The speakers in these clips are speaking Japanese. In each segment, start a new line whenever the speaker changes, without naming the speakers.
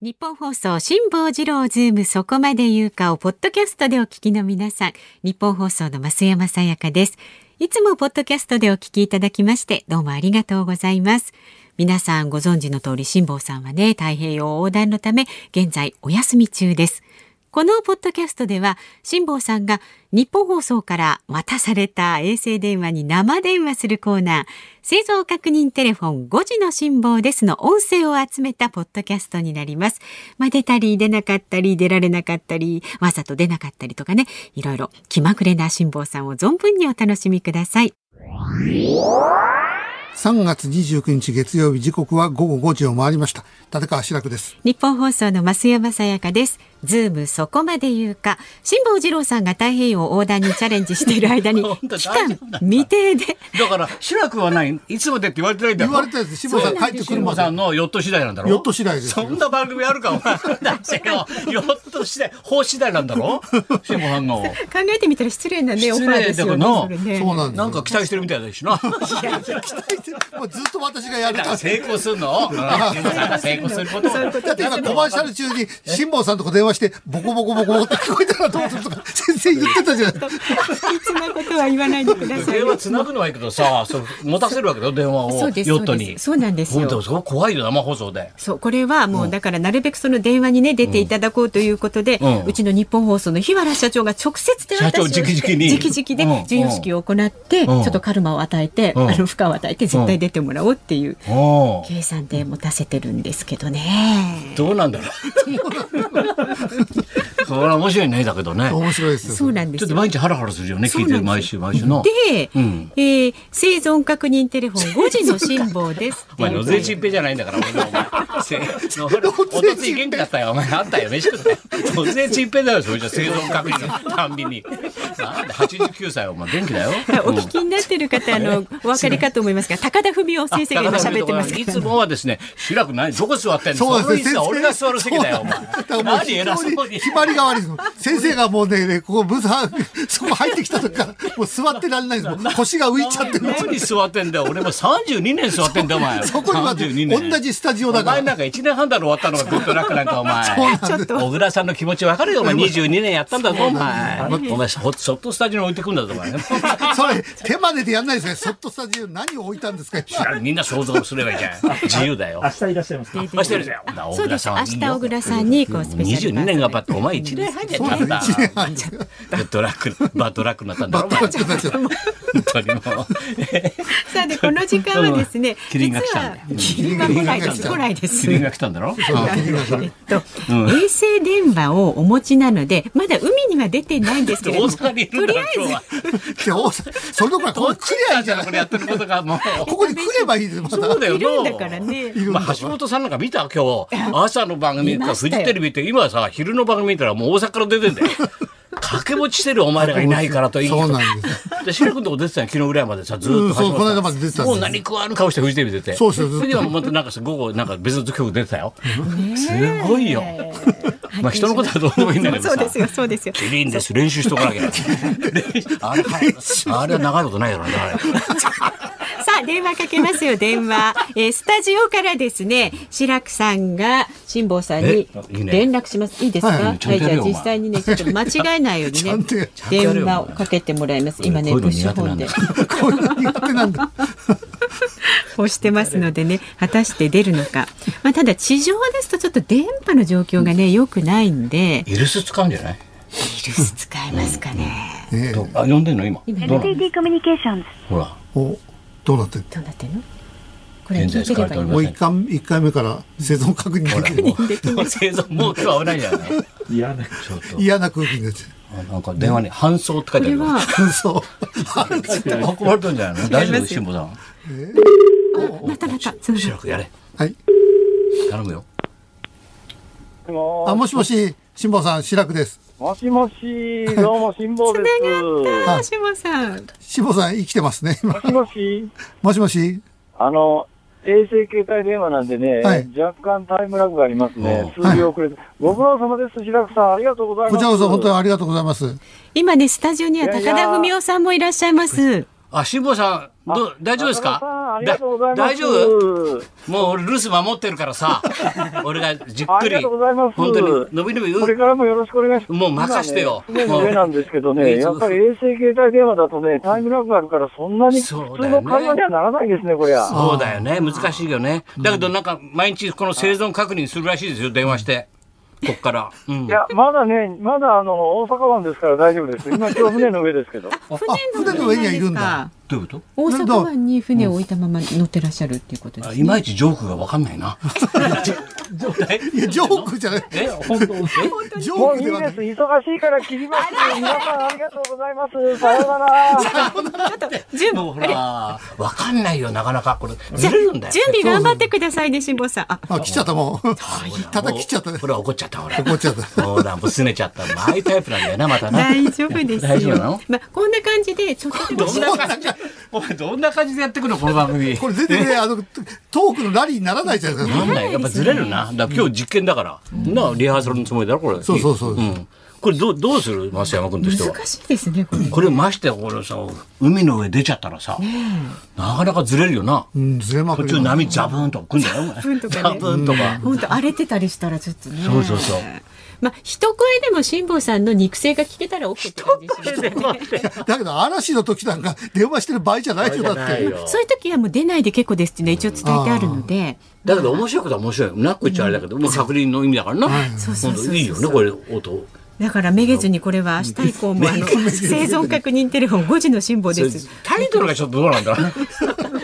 日本放送辛坊治郎ズームそこまで言うかをポッドキャストでお聞きの皆さん日本放送の増山さやかですいつもポッドキャストでお聞きいただきましてどうもありがとうございます皆さんご存知の通り辛坊さんはね太平洋横断のため現在お休み中ですこのポッドキャストでは辛坊さんが日本放送から渡された衛星電話に生電話するコーナー製造確認テレフォン5時の辛坊ですの音声を集めたポッドキャストになります。まあ、出たり出なかったり出られなかったりわざと出なかったりとかねいろいろ気まぐれな辛坊さんを存分にお楽しみください。
3月29日月曜日時刻は午後5時を回りました立川志らくです
日本放送の増山さやかです。ズームそこまで言うか、辛坊治郎さんが太平洋横断にチャレンジしている間に
本当、
期
大
間
丈夫なの
未定で、
だから、志らくはない、いつまでって言われてないんだ
言
ろ。
われたやつ志望さん帰ってく
志
る
ら
ま
くさん
で
のヨット次第なんだろ。
ヨット次第ですよ
そんな番組あるか、お前。だ せよ。ヨット次第、法次第なんだろ。志らくさんの。
考えてみたら失礼なね、オフ
失
ァーで
礼
す
だけ
よ
ど
ね。
な
それね
そうなんです
なんか期待してるみたい だしな。
もうずっと私がやるか
だからら成功する の。うん志らくさんが成功することを。
だって今コマーシャル中に辛坊さんとこ電話してボコボコボコボコって聞こえたらどうするとか先生言ってたじゃない ですか
いつなことは言わないでください
電
よ。
話つなぐのはいいけどさ、そう持たせるわけだよ、電話を。
そうです
ヨットに。
そうですそうなんですよ
本当そこ怖いよ、生放送で。
そうこれはもうだからなるべくその電話にね出ていただこうということで、う
うん
ちの日本放送の日原社長が直接手渡しをして
社長直々に
直々
う
で
ん
授与式を行って、ち
う
ょ
ん
っとカルマを与えて、
うん
あの負荷を与えて絶対出てもらおうって いう
おー
計算で持たせてるんですけどね。
どうなん だろう。それは面白いね、だけどね。
面白いですよ
そうなんで
ちょ
す
っと
よ。
毎日ハラハラするよね、聞いて
そう
る
なん
毎
です
週毎週の。
で、
うん
えー生存確認テレフォン5時の辛抱ですっ
お
ていう。
前、野瀬チンペじゃないんだから、俺のお前。 せお
野
と
瀬
つ
チ
い
ンペ
元気だったよ、お前。あったよ、飯 食ったよ。野瀬チンペだよ、それじゃ生存確認のたんびに。なんで89歳、お前、元気だよ。
お聞きになってる方、あの、お分かりかと思いますが、高田文夫先生が今喋ってます
あ高田文夫とかい
け
つ
ど。
もはですね、白くない、どこ座ってんの
そうなん
の
で
椅
す
子は俺が座る席だよ、お
そうなんですだからもう
前。何
非
偉そう
常
に
に。決まりが悪いです先生がもうね、ここブースは、そこ入ってきた時から、もう座ってられないです。もう腰が浮いちゃってる。
何座ってんだよ、俺も32年座ってんだよ、お前。
そこには
32年
同じスタジオだか
お前
ら。
なんか1年半だろ終わったのがグッドラックなんかお 前
ちょっと
小倉さんの気持ち分かるよ お前22年やったんだぞお前 お前ホットスタジオに置いてくんだぞお 前
それ、手真似でやんないですね。そっとスタジオに何を置いたんですか
みんな想像すればいいじゃん自由だよ
明日いらっしゃいますか。
明日やるじゃんだから小
そうで
倉
す。明
さんは
日小倉さんにこうスペシャルパーソナリティ。
22年頑張ってお前1年半じゃったんだ
一年半じゃ
グッドラックバッドラックになったんだ
バッ
ろお
トバット
前
になっちゃった。
本当にもう、
さあでこの時間はですね
キリンが来たんだ
実はキリンが来ないです。来ないです。
キリンが来たんだろ
えっと、衛星電話をお持ちなので、まだ海には出てないんですけ
大
れども、
阪にいるんだろ今日は
で大阪それどころか、ここに来りゃいいじゃない。
これやってることがもう
ここに来ればいいです。また。
そうだよ
いるん
な
だからね。
いるんだ
まあ、橋本さんなんか見た今日朝の番組
見
か
まし
フ
た
ジ
よ
テレビって今さ昼の番組見たらもう大阪から出てんだ よ掛け持ちしてるお前らがいないからといい
そうなんです。
で白くんとこ出てたよ昨日ぐらいまでさずーっと
うんそう
橋
この
本さん
間まで出てたんです
もう何食わぬ顔してフジテレビ出て
そうですよずっと
れでもまたなんかさ午後なんか別の曲出てたよすごいよまあ人のことはどうでもいいんだけどさ
そうですよ、そうですよ。
キリンです練習しとかなきゃ練習あれあれは長いことないだろうねあ れ
さあ、電話かけますよ、電話。えースタジオからですね、白くさんが辛坊さんに
えいいね
連絡します。いいですか、
はい
は、
はい
い
じゃあ
ちゃんとやれよ
実際にね、ちょっと間違えないように
ちゃんとや
ね
れ、
電話をかけてもらいます。今ね、
こ
プ
う
ッ
いうの
シュ
苦手
ホ
な
ン
んだ
で
こう
よ
いう苦手なんだ。
押してますのでね、果たして出るのか。まあ、ただ地上ですとちょっと電波の状況がね、良くないんで、
イルス使うんじゃない
イルス使えますかね。
ええ
どうあ呼んでんの今どうなの
NTT コミュニケーションズ
ほら
おどうなってんの
どうなってんのこれ聞いてればいい
もう一回、一回目から生存確認できる。
もう生存もう今日は危ないじゃない。
いや、なんか
ちょっと
嫌な空気になっち
あなんか電話に搬送って書い
こ
てあ
れ
る。
は、
ゃう。 そう。
運ばれたんじゃないの？ 大丈
違い
夫
ますよ
辛坊さん。
なかなか、そう
白くやれ。
はい。
頼むよ。
あ、もしもし、辛坊さん、志らくです。
もしもし、どうも、辛坊です。
あー、島さん。
辛坊さん、生きてますね、今。
もしもし、
もしもし、
あの、衛星携帯電話なんでね、
はい
若干タイムラグがありますね。
おー
数秒遅れて、ご苦労様です、白くさん。ありがとうございます。
こちらこそ本当にありがとうございます。
今ね、スタジオには高
いやい
田
や
文夫さんもいらっしゃいます。
あ、辛坊さん、どう大丈夫です
中村さん
か
ありがとうございます。
だ大丈夫もう俺留守守ってるからさ、 俺がじっ
あ
くり、
りがとうございます。
本当に伸び伸び、
これからもよろしくお願いします。
もう任してよ
今ね常に上なんですけどね、
もう
やっぱり衛星携帯電話だとね、タイムラグがあるから、そんなに
そ
普
うだ
通
よね
の会話にはならないですね、こりゃ。
そうだよね、難しいよね。だけどなんか毎日この生存確認するらしいですよ、電話して。こっから。うん
い。や、まだね、まだあの、大阪湾ですから大丈夫です。今、今日船の上ですけど。
船の上にはいるんだ。
どういうこと
大阪湾に船を置いたまま乗ってらっしゃるっていうことです
いまいちジョークがわかんない な。
いや、ジョークじゃない。
え、本当
ジョー
もうい
ク
い
で
です
はない。。
忙しいから切ります。皆さんありがとうございます。さようなら。
準
もうほら、わかんないよ、なかなか。これ、ずれるんだよ。
準備頑張ってくださいね、辛坊さん。あ、
あ、来ちゃったもん。叩き切っちゃったね
ほ。ら、怒っちゃった、ほら。
怒っちゃった
そうだ、もう拗ねちゃった。まあ、ああいうタイプなんだよな、またな。
大丈夫ですよ。
大丈夫なの
まあ、こんな感じで、ちょっとでも
どんな感じ、お前どんな感じでやってくの、この番組。
これ全然ね、あの、トークのラリーにならないじゃないです
な
か。
んない、やっぱずれるな。だから今日実験だから。なあ、リハーサルのつもりだろ、これ。。
そうそうそうん
これどう、どうする増山君としては。
難しいですね、これ。
これましてやこれさ、海の上出ちゃったらさ、なかなかずれるよな。
うん、ずれまく
途
り
中
だ。
波ザブーンとか来んだよ、お前。
ブーンとかね
ザブーンとか。
本当荒れてたりしたらちょっとね。
そうそうそう
まあ、一声でも辛坊さんの肉声が聞けたら OK って感じしますね。
だけど、嵐の時なんか電話してる場合じゃないよ、だって。
そういう時はもう出ないで結構ですっていうのは一応伝えてあるので。
だけど面白いことは面白いよ。なっこいっちゃあれだけど、もう確認の意味だからな。
そうそうそうそう
ほんといいよね、これ、音。
だからめげずにこれは明日以降もあの生存確認テレフォン5時の辛抱です。
タイトルがちょっとどう なんだろう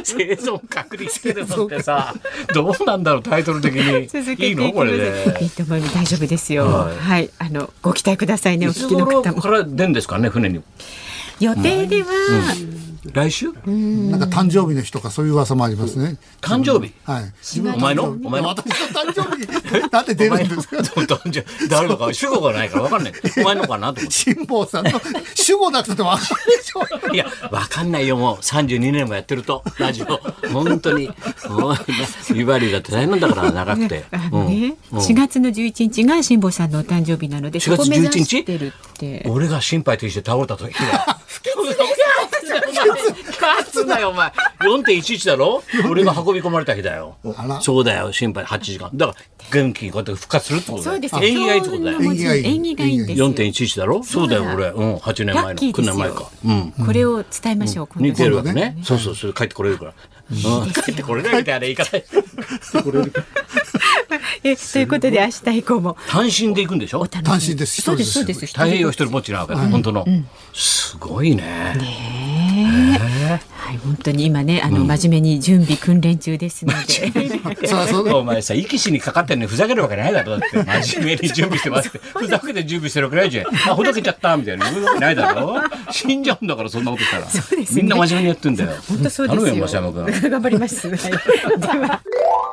生存確認テレフォンってさ、どうなんだろう、タイトル的
続け
に。
て
い
いき
い
ま
のこれ
す。い
で。
いと思います。大丈夫ですよ。は、
はいい
あのご期待くださいね。お
い
聞
つ
きの
頃
方
か
も。
ら出んですかね、船に。
予定では、
来週
なんか誕生日の日とかそういう噂もありますね。
誕生日。
はい。自
お前のお前の
私の誕生日に、なんで出るんですか
そう誕生日 誰のか主語がないから分かんない。お前のかなと思っ
辛坊さんの主語なくてもわかるでしょ。
て。いや、分かんないよ、もう。32年もやってると、ラジオ。本当に。もうビバリーだって大変なんだから、長くて。
あ
う
のね、
んうん
4月の11日が辛坊さんのお誕生日なので、そ
4
こ
月
目
11
指
日
してるって。
俺が心配停止で倒れた時は。不吉勝つなよ、お前。4.11だろ俺が運び込まれた日だよ
あら。
そうだよ、心配8時間。だから、元気にこうやって復活するってことだよ。
そうです
縁起がいいってことだよ
今。日の文字縁起
縁起
がい
がい
い
い
んですよ。
4.11だろそうだよ、俺。うん、8年
ラ
前
ッ
の。
キー
9
です
年前
よ
か。うん。。
これを伝えましょう。今
に
度
出るわ
は
けね。そうそう、それ帰ってこれるから。うん、帰ってこれないみたいな言い方。
えということで明日以降も
単身で行くんでしょ
楽しみに
単身です
そうですそ
一
う
人
で。
です
太平洋一人ぼっちなわけだ、本当の。すごいね。
はい、本当に今ね、あの、真面目に準備訓練中ですので。
そりゃそうだ
お前さ、息しにかかってんのにふざけるわけないだろ。だって、真面目に準備して ますって。ふざけて準備してるわけないじゃん。あ、ほどけちゃったみたいな。ふざけない だろ。死んじゃうんだから、そんなことしたら。
そうですね
みんな真面目にやってんだよ。
本当そうですよ。
頼むよ、増山君。
頑張ります。はい、では、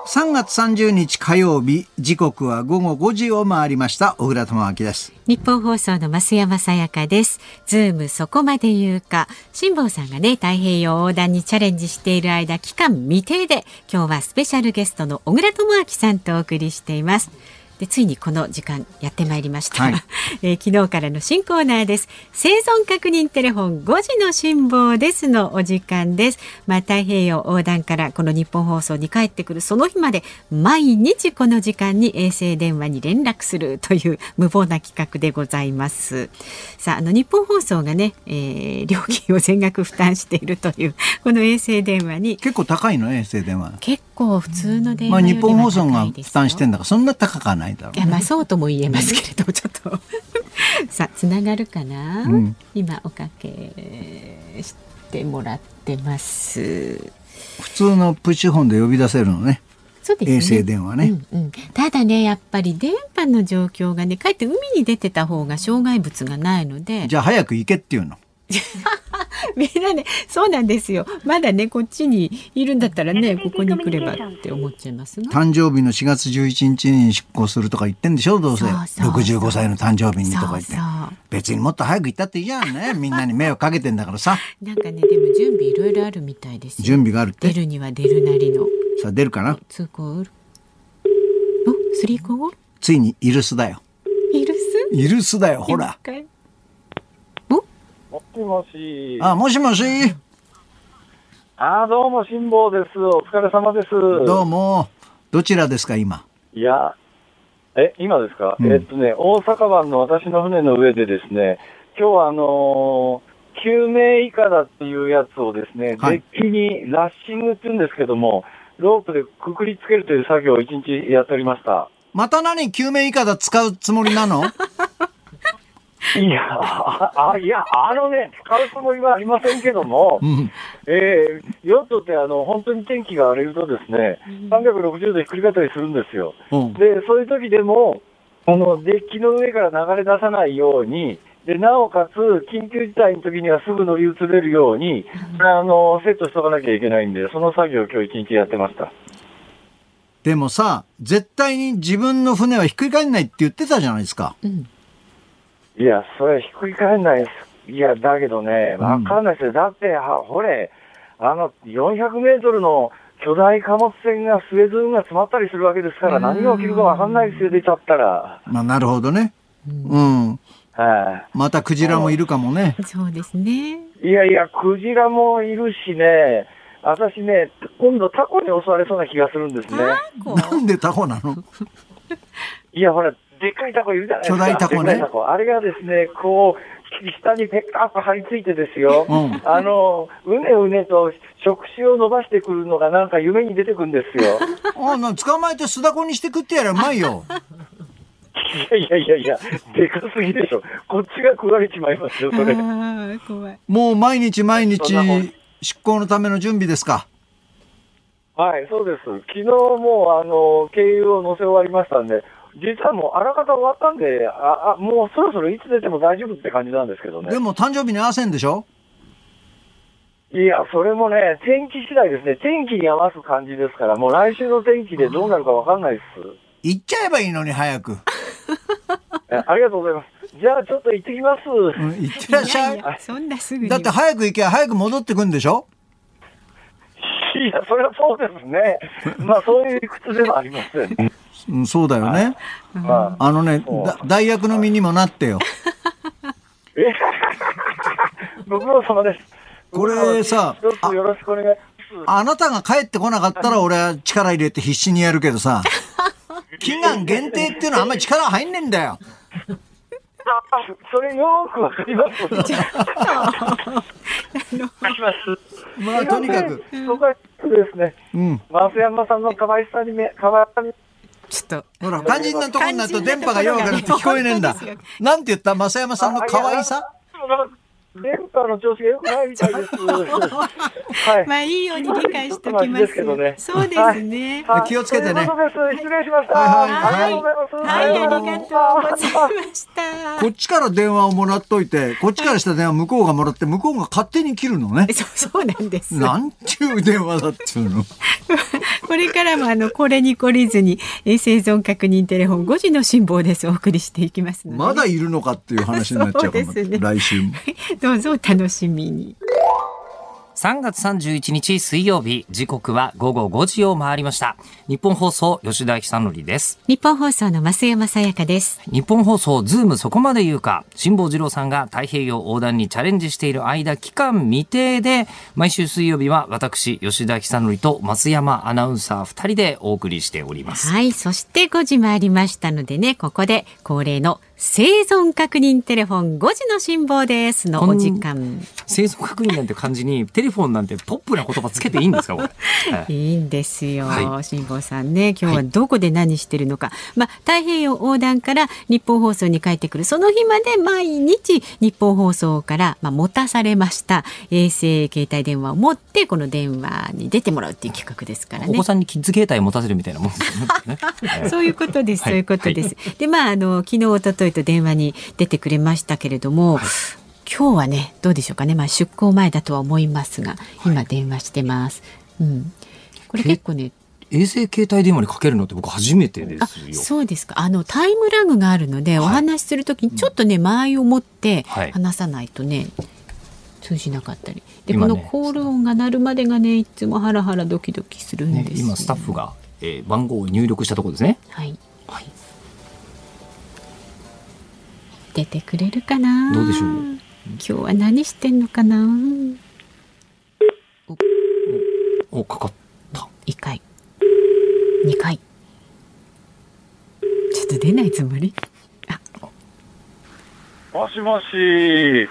3月30日火曜日時刻は午後5時を回りました小倉智明です
日本放送の増山さやかです。ズームそこまで言うか、辛坊さんがね、太平洋横断にチャレンジしている間、期間未定で、今日はスペシャルゲストの小倉智昭さんとお送りしています。でついにこの時間やってまいりました、
はい
えー昨日からの新コーナーです生存確認テレフォン5時の辛抱ですのお時間ですまあ太平洋横断からこの日本放送に帰ってくるその日まで毎日この時間に衛星電話に連絡するという無謀な企画でございますさああの日本放送がね、えー料金を全額負担しているというこの衛星電話に
結構高いのね衛星電話
結構普通の電
ま
話
あ
より
日
は
本放送が
高いですよ
負担してんだからそんな高くはないだろ
いやまあそうとも言えますけれどもちょっ とさあつながるかな、
ん
今おかけしてもらってます
う普通のプッシュ本で呼び出せるのね
そうですね
衛星電話ね、
うんうん、ただねやっぱり電波の状況がねかえって海に出てた方が障害物がないので
じゃあ早く行けっていうの
みんなねそうなんですよまだねこっちにいるんだったらねここに来ればって思っちゃいますが
誕生日の4月11日に出航するとか言ってんでしょどうせ
そうそうそう
65歳の誕生日にとか言って
そうそう
別にもっと早く行ったっていいじゃんね みんなに迷惑かけてんだからさ
なんかねでも準備いろいろあるみたいですよ
準備があるって
出るには出るなりの
さあ出るかな
通行おスリーコール
ついにイルスだよ
イルス
イルスだよほら
一回
もしもし。
あもしもし
ああ、どうも、辛坊です。お疲れ様です。
どうも。どちらですか、今。
いや、え、今ですか、
うん
えっとね、大阪湾の私の船の上でですね、今日はあのー救命いかだっていうやつをですね、
はい
デッキにラッシングって言うんですけども、ロープでくくりつけるという作業を一日やっておりました。
また何救命いかだ使うつもりな の
いや、あ、あいや、あのね、使うつもりはありませんけども
う、ん。
えー、ヨットってあの、本当に天気が荒れるとですね、360度ひっくり返ったりするんですよ。
うん
で、そういう時でも、このデッキの上から流れ出さないように、で、なおかつ、緊急事態の時にはすぐ乗り移れるように、これあの、セットしとかなきゃいけないんで、その作業を今日一日やってました。
でもさ、絶対に自分の船はひっくり返んないって言ってたじゃないですか。
うん
いや、それひっくり返んないです。いや、だけどね、わかんないですよ。だって、は、ほれ、あの、400メートルの巨大貨物船がスエズ運河詰まったりするわけですから、何が起きるかわかんないですよ、出ちゃったら。
まあ、なるほどね。うん。
はい、
またクジラもいるかもね。
そうですね。
いやいや、クジラもいるしね、私ね、今度タコに襲われそうな気がするんですね。
こ
なんでタコなの
いや、ほら、でっかいタコいるじゃないですか。
巨大タコね
でっかいタコ。あれがですね、こう、下にペッタッと張り付いてですよ。
うん
あの、うねうねと触手を伸ばしてくるのがなんか夢に出てくるんですよ。
あな捕まえて酢だこにして食ってやればうま いよ。
いやいやいやいや、でかすぎでしょ。こっちが食われちまいますよ、そ
あ
れ。
あ、怖い。
もう毎日毎
そ
日
んなもん
出航のための準備ですか。
はい、そうです。昨日もう、あの、経由を乗せ終わりましたんで、実はもうあらかた終わったんで、あ、あ、もうそろそろいつ出ても大丈夫って感じなんですけどね
で。も誕生日に合わせんでしょ
いや、それもね、天気次第ですね。天気に合わす感じですから、もう来週の天気でどうなるかわかんないです。
行っちゃえばいいのに早く。
えありがとうございます。じゃあちょっと行ってきます。
うん行ってらっしゃい。
やそんなすぐに
だ
は。
って早く行けば早く戻ってくんでしょ
いや、それはそうです ね。まあそういう理屈ではありません。
うん、そうだよね。
まあ、
あのね、
そう
だ代役の身にもなってよ。
え ご苦労様です。
これさ
ご苦労様です一つよろしくお願いします。
あなたが帰ってこなかったら俺は力入れて必死にやるけどさ。期間限定っていうのはあんまり力入んねえんだよ。
それよーくわかります。わかります。
まあとにかく。
そこはですね、
うん。
増山さんの可愛さにめ、可愛さに、
ちょっと。
ほら、肝心なとこになると電波が弱くなって聞こえねえんだ
肝心なところがね本当で。
なんて言った増山さんの可愛さ
電波の調子が良くないみたいです。 はい。
まあ、いいように理解しておきま。
ですけどね
そうですね。
あ
気をつけてね
ということです。失礼しました。
はいはいはい
ありがとうございます。
はい、ありがとうございました。。
こっちから電話をもらっといて、こっちからした電話向こうがもらって、向こうが勝手に切るのね
そう、そうなんです。
なんちゅう電話だっつうの。
これからもあのこれに懲りずにえー生存確認テレフォン5時の辛抱ですお送りしていきますので、
まだいるのかっていう話になっちゃうか
そ
も。
うですね
来週も。
どうぞお楽しみに。
3月31日水曜日、時刻は午後5時を回りました。日本放送、吉田久典です。
日本放送の増山さやかです。
日本放送、ズームそこまで言うか、辛坊二郎さんが太平洋横断にチャレンジしている間、期間未定で、毎週水曜日は私、吉田久典と増山アナウンサー2人でお送りしております。
はい、そして5時回りましたのでね、ここで恒例の生存確認テレフォン5時の辛抱ですのお時間。
生存確認なんて感じに、テレフォンなんてポップな言葉つけていいんですか、これ。はい
いいんですよ、
は
辛坊さんね今日はどこで何してるのか、まあ、太平洋横断から日本放送に帰ってくるその日まで毎日日本放送から、まあ、持たされました衛星携帯電話を持ってこの電話に出てもらうっていう企画ですから
お
ね
子。さんにキッズ携帯持たせるみたいなもんですよね。は い
そういうことです、
はい
そういうことです。で、まあ、あの、昨日、一昨日と電話に出てくれましたけれども、今日はね、どうでしょうかね、まあ、出航前だとは思いますが、今電話してます。うん。これ結構ね、
衛星携帯電話にかけるのって僕初めてですよ。
そうですか。あのタイムラグがあるので、お話しするときにちょっとね、間合いを持って
はい
話さないとね、通じなかったり。で、こ
今ね
のコール音が鳴るまでがね、いつもハラハラドキドキするん
ね
ですよ、
今スタッフが、えー番号を入力したところですね。
はい。
はい
出てくれるかな。
どうでしょう
今日は何してんのかな。
お、かかった。
1回2回ちょっと出ないつもりあ
もしもし。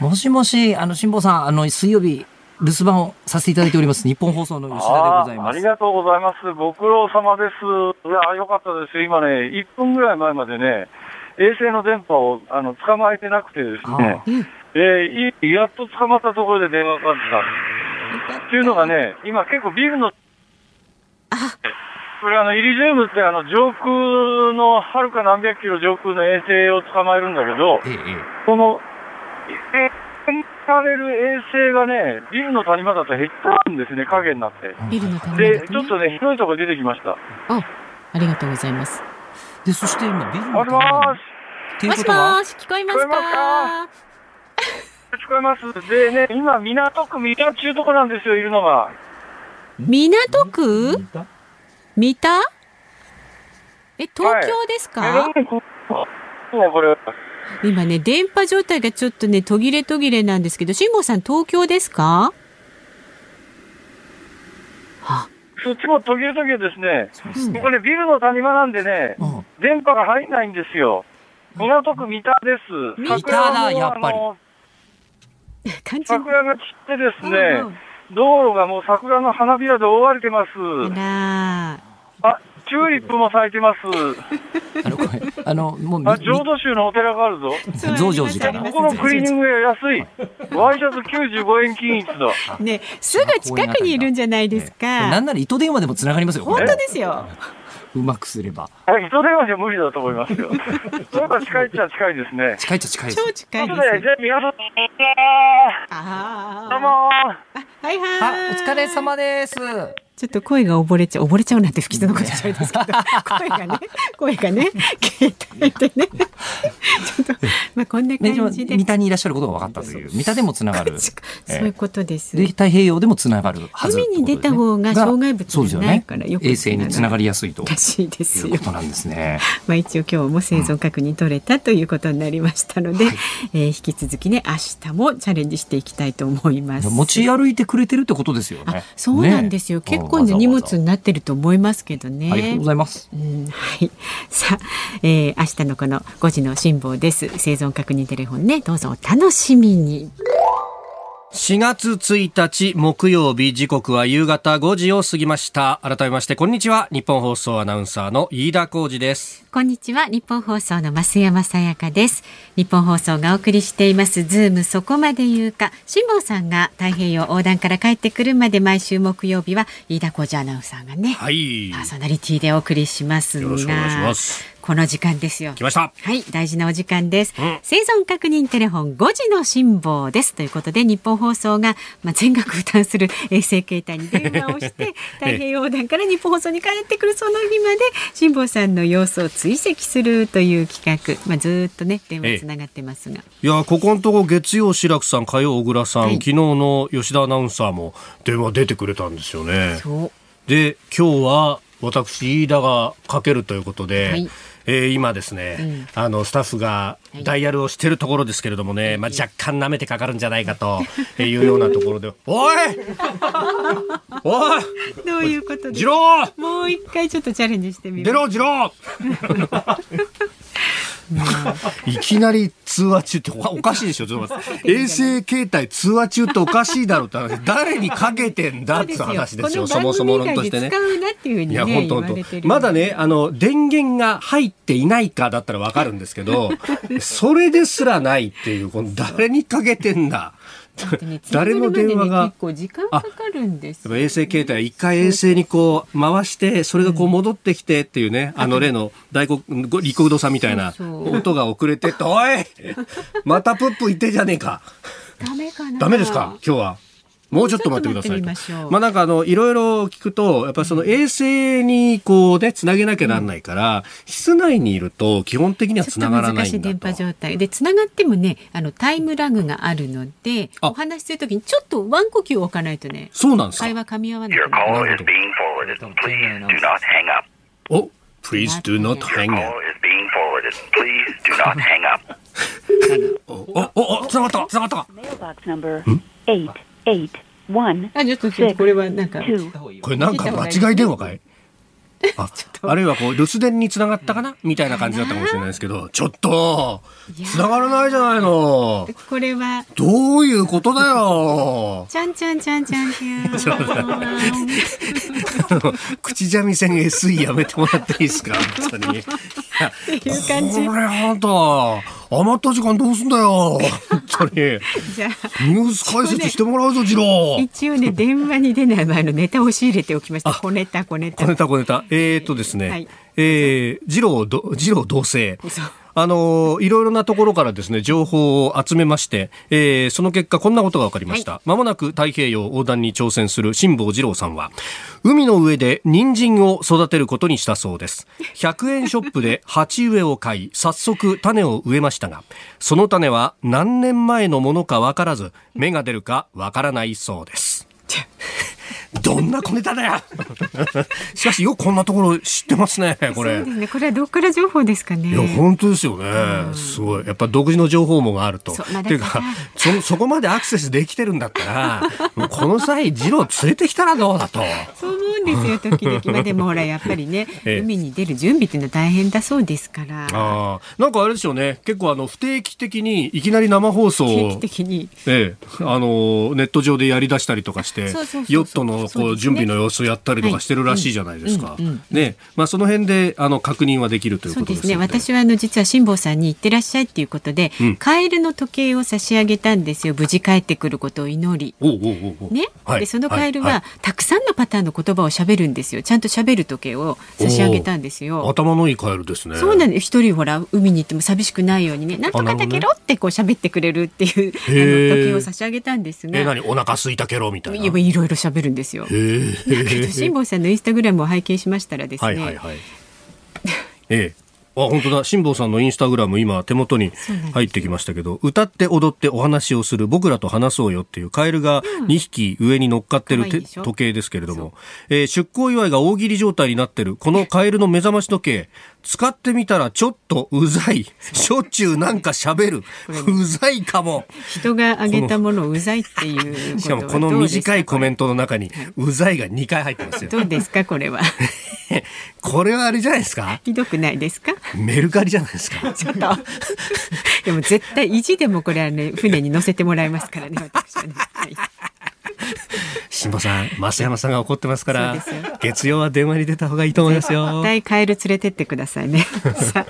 もしもし、あの、辛坊さん、あの、水曜日、留守番をさせていただいております。日本放送の吉田でござい
あーあ
ま
り
す。
がとうございます。ご苦労様です。いや、よかったですよ。今ね、1分ぐらい前までね、衛星の電波をあの捕まえてなくてですね
あ、
えーいやっと捕まったところで電話かかってきた。っていうのがね、今結構ビルの、これあの、イリジウムってあの、上空の、はるか何百キロ上空の衛星を捕まえるんだけど、
ええ、ええ。
この、えされる衛星がね、ビルの谷間だと減ったんですね、影になって。
ビルのため
で
だ、
ちょっとね、広いとこ出てきました。
あありがとうございます
で、そして今、ビルの
もしもーし、
っていう
も
こ
し
と
も
は
ーし聞こえます
聞こえま
か
聞こえます。でね、今、港区、港中とこなんですよ、いるのが。
港区三田え東京ですか、
え、こね、これ。
今ね電波状態がちょっとね途切れ途切れなんですけど辛坊さん東京ですか
そっちも途切れ途切れですね。
そうですね
これビルの谷間なんでね、
うん
電波が入んないんですよ。港区三田です。
三
田だ
桜も
やっぱり
あの
感じ
桜が散ってです
う
ね
ん、
道路がもう桜の花びらで覆われてます。
うんあ
あ、チューリップも咲いてます。
あの、これ、あの、もうみ、
あ、浄土宗のお寺があるぞ。
ら
増上寺か
あり
な
ま
こ
す。
このクリーニング屋安い。ワイシャツ95円均一だ。
ねすぐ近くにいるんじゃないです
な
か
んなら糸電話でも繋がりますよ、こ
本
れ
当ですよ
うまくすれば。
あ人電話じゃ無理だと思いますよ。そういえば近いっちゃ近いですね。
近いっちゃ近いです。
超
とい
近
う
い
こ
で
とですじゃあ皆さん、どう
あ
も
ーはいは
あ
ーい、
お疲れ様です。
ちょっと声が溺れちゃう溺れちゃうなんて不吉なことしちゃうん ですけど声がね声がね携帯でねちょっとまあこんな
ね、今
感じで
三田にいらっしゃることが分かったという。三田でも繋が る。
そういうことです
で、太平洋でも繋がるはず、
海に出た方が障害物がないから
そうです
よ
よ
く
ね、衛星に繋がりやすいと。
らしいです
いう
よ
こ。となんです ね。
まあ一応今日も生存確認取れたということになりましたので、えー引き続きね明日もチャレンジしていきたいと思います。
持ち歩いてくれてるってことですよね
あ。そうなんですよ、
ね
結構ね荷
わざ
物
わ
になってると思いますけどね。
ざありがとうございます。
うんはい、 さあ、えー明日のこの5時の辛抱です生存確認テレフォンねどうぞお楽しみに
4月1日木曜日時刻は夕方5時を過ぎました。改めましてこんにちは。日本放送アナウンサーの飯田浩二です。
こんにちは日本放送の増山さやかです日本放送がお送りしていますズームそこまで言うか辛坊さんが太平洋横断から帰ってくるまで毎週木曜日は飯田浩二アナウンサーがね、
はい。
パーソナリティでお送りしますが
よろしくお願いします
この時間ですよ
来ました。
はい、大事なお時間です。
ん
生存確認テレフォン5時の辛抱です。ということで、日本放送が、まあ、全額負担する衛星携帯に電話をして、太平洋横断から日本放送に帰ってくるその日まで、辛抱さんの様子を追跡するという企画。まあ、ずーっとね、電話つながってますが。
いや、ここのとこ月曜白くさん、火曜小倉さん、
はい
昨日の吉田アナウンサーも電話出てくれたんですよね。
そう。
で、今日は私、飯田がかけるということで、
はい
えー今ですね、あの、スタッフが
はい
ダイヤルをしてるところですけれどもね、まあ、若干舐めてかかるんじゃないかというようなところで、 おいおい
どういうことで
次郎
もう一回ちょっとチャレンジしてみ
出
ます。
ろ次郎 いきなり通話中っておかおかしいでしょちょっと 待って衛星携帯通話中っておかしいだろうって話誰にかけてんだ
そ
っ
うで
て
すよ
話ですよそ
この
もそ
番
も
組以
論と
外
し
で
て
使
ね。
うなっていうふうに
い
ね、
や本当
言わ
本
れてる
当まだねあの電源が入っていないかだったらわかるんですけ どそれですらないっていうこの誰にかけてんだ
でね。
誰の電話が
繋がるまでね結構時間かかるんです
やっぱ衛星携帯は一回衛星にこう回してそれがこう戻ってきてっていうね、あの例の大黒ごリコードさんみたいな
そうそう
音が遅れてって「おいまたプップ言ってんじゃねえか
ダメかな
ダメですか今日は」。もうちょっと待ってくださいと。
もうちょっと待ってみましょう
まあなんかあの、いろいろ聞くと、やっぱりその衛星にこうね、つなげなきゃなんないから、室内にいると基本的には
ち
つ
ょ
な
っと
がらな
難
い
し
ん
い
だ
電
と
波。状態でつながってもねあのタイムラグがあるので
あ
お話しするときにちょっとワン呼吸置かないとね
そうなんですか
会話噛み合わない
なるほど。お、please do not hang up.
Please do not hang up.
お、お、お、つながったつながった
Hmm?
Mailbox number eight eight one,
あ、ちょっとちょっとこれはなんか。
two.
これなんか間違い電話かいああるいはこう留守電に繋がったかなみたいな感じだったかもしれないですけどちょっと繋がらないじゃないの
これは、
どういうことだよ
ちゃんちゃんちゃんちゃんちゃん。
あの口三味線 SE やめてもらっていいですか本当に。
っていう感じ
これあんた余った時間どうすんだよ本当にニ
じゃあ。
ュース解説してもらうぞ次郎
一応ね、電話に出ない前のネタを仕入れておきました。小ネタ、小ネタ。
小ネタ小ネタ。えー、っとですね、
はい
えー、二郎ど、二郎同姓
そう。
あのーいろいろなところからですね、情報を集めまして、えーその結果こんなことが分かりました。ま、もなく太平洋横断に挑戦する辛坊二郎さんは、海の上で人参を育てることにしたそうです。100円ショップで鉢植えを買い、早速種を植えましたが、その種は何年前のものか分からず、芽が出るか分からないそうです。どんな小ネタだよしかしよくこんなところ知ってますね、こ
そ
れ
うで。すね。これはどこから情報ですかね。
いや、本当ですよね。すごい。やっぱ独自の情報網があると。
そうまあ
ていう
だか、
からそ、そこまでアクセスできてるんだ ったら、この際、ジロー連れてきたらどうだと。
そう思うんですよ、時々。まあでもほら、やっぱりね、
ええ
海に出る準備っていうのは大変だそうですから、
ああ、なんかあれですよね。結構あの、不定期的にいきなり生放送
定期
を。
的に。
ええ、あのネット上でやりだしたりとかして
そうそうそうそう
ヨットの
そう
こ
です
う
ね
準備の様子をやったりとかしてるらしいじゃないですか。ねまあ、その辺であの確認はできるという
そう
こ
で
とですす
ね。
の
私はあの実は辛坊さんに行ってらっしゃいっていうことで、
うん
カエルの時計を差し上げたんですよ。無事帰ってくることを祈り。
おうおうおうおう
ね、
はい
でそのカエルは、
い
たくさんのパターンの言葉を喋るんですよ。ちゃんと喋る時計を差し上げたんです
い
よ。
頭のいいカエルですね。
そうなんです一人ほら海に行っても寂しくないようにねなんとかだけろってこう喋ってくれるっていう、あ
へー
の時計を差し上げたんです
え、
が
何お腹空いたけろみたい
い
な。
やいろいろ喋るんですよ。
え
だけど辛坊さんのインスタグラムを拝見しましたらですね、
はいはいはい。 ええ。あ、本当だ。辛坊さんのインスタグラム、今、手元に入ってきましたけど、歌って踊ってお話をする、僕らと話そうよっていう、カエルが2匹上に乗っかってる
可
て、
愛いでしょ
時計ですけれども、えー出航祝いが大喜利状態になってる、このカエルの目覚まし時計、使ってみたらちょっとうざい。しょっちゅうなんか喋る。うざいかも。
人が挙げたものをうざいっていうこと
しかも、この 短いコメ
ン
ントの中に、うざいが2回入ってますよ。
どうですかこれは
これはあれじゃないですか
ひどくないですか
メルカリじゃな いですか。
ちょっとでも絶対意地でもこれはね船に乗せてもらいますからね 私はね、はい
辛坊さん、増山さんが怒ってますか
そう
ら
ですよ、
月曜は電話に出た方がいいと思いますよ
絶。対カエル連れてってくださ いねさあ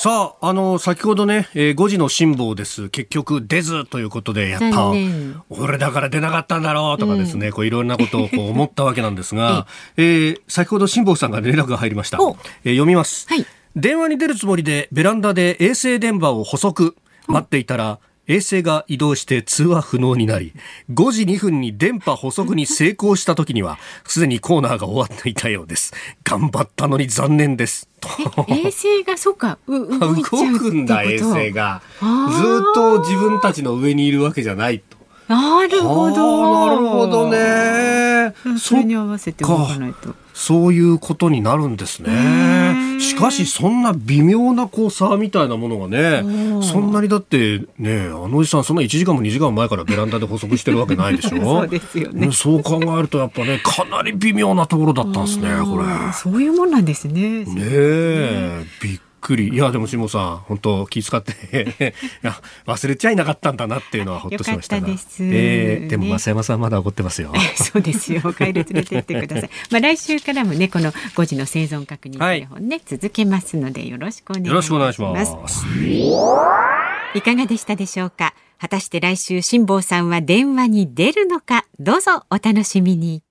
さあ、あの、先ほどね、えー5時の辛抱です。結局出ずということで、やっぱ
残念、
俺だから出なかったんだろうとかですね、こういろんなことを こう思ったわけなんですが、えー先ほど辛坊さんから連絡が入りました
お。
えー読みます、
はい
電話に出るつもりでベランダで衛星電話を補足。待っていたら、衛星が移動して通話不能になり、5時2分に電波補足に成功した時には、すでにコーナーが終わっていたようです。頑張ったのに残念です。と
衛星がそうかう動
動
いちゃうって
くんだ衛
いうこと
星がず
あー
ーっと自分たちの上にいるわけじゃないと。
なるほど。
あーなるほど。ね。
それに合わせて動かないと。
そういうことになるんですね。しかしそんな微妙なこう差みたいなものがね、そんなにだってね、あのおじさんそんな1時間も2時間も前からベランダで補足してるわけないでしょ
そうですよね
そう考えるとやっぱね、かなり微妙なところだったんですね、これ。
そういうもんなんですね。
ねえ、びっくり。いや、でも、辛坊さん、本当気遣って、 いや忘れちゃいなかったんだなっていうのはほっとしましたが。
よかったです
ええでも、
ね
増山さんまだ怒ってます よ。
そうですよ。帰り連れてってく ださい。まあ来週からもね、この5時の生存確認テレフォンね、続けますのでよろしくお願いいた
よろしくお願いします。
いかがでしたでしょうか果たして来週辛坊さんは電話に出るのかどうぞお楽しみに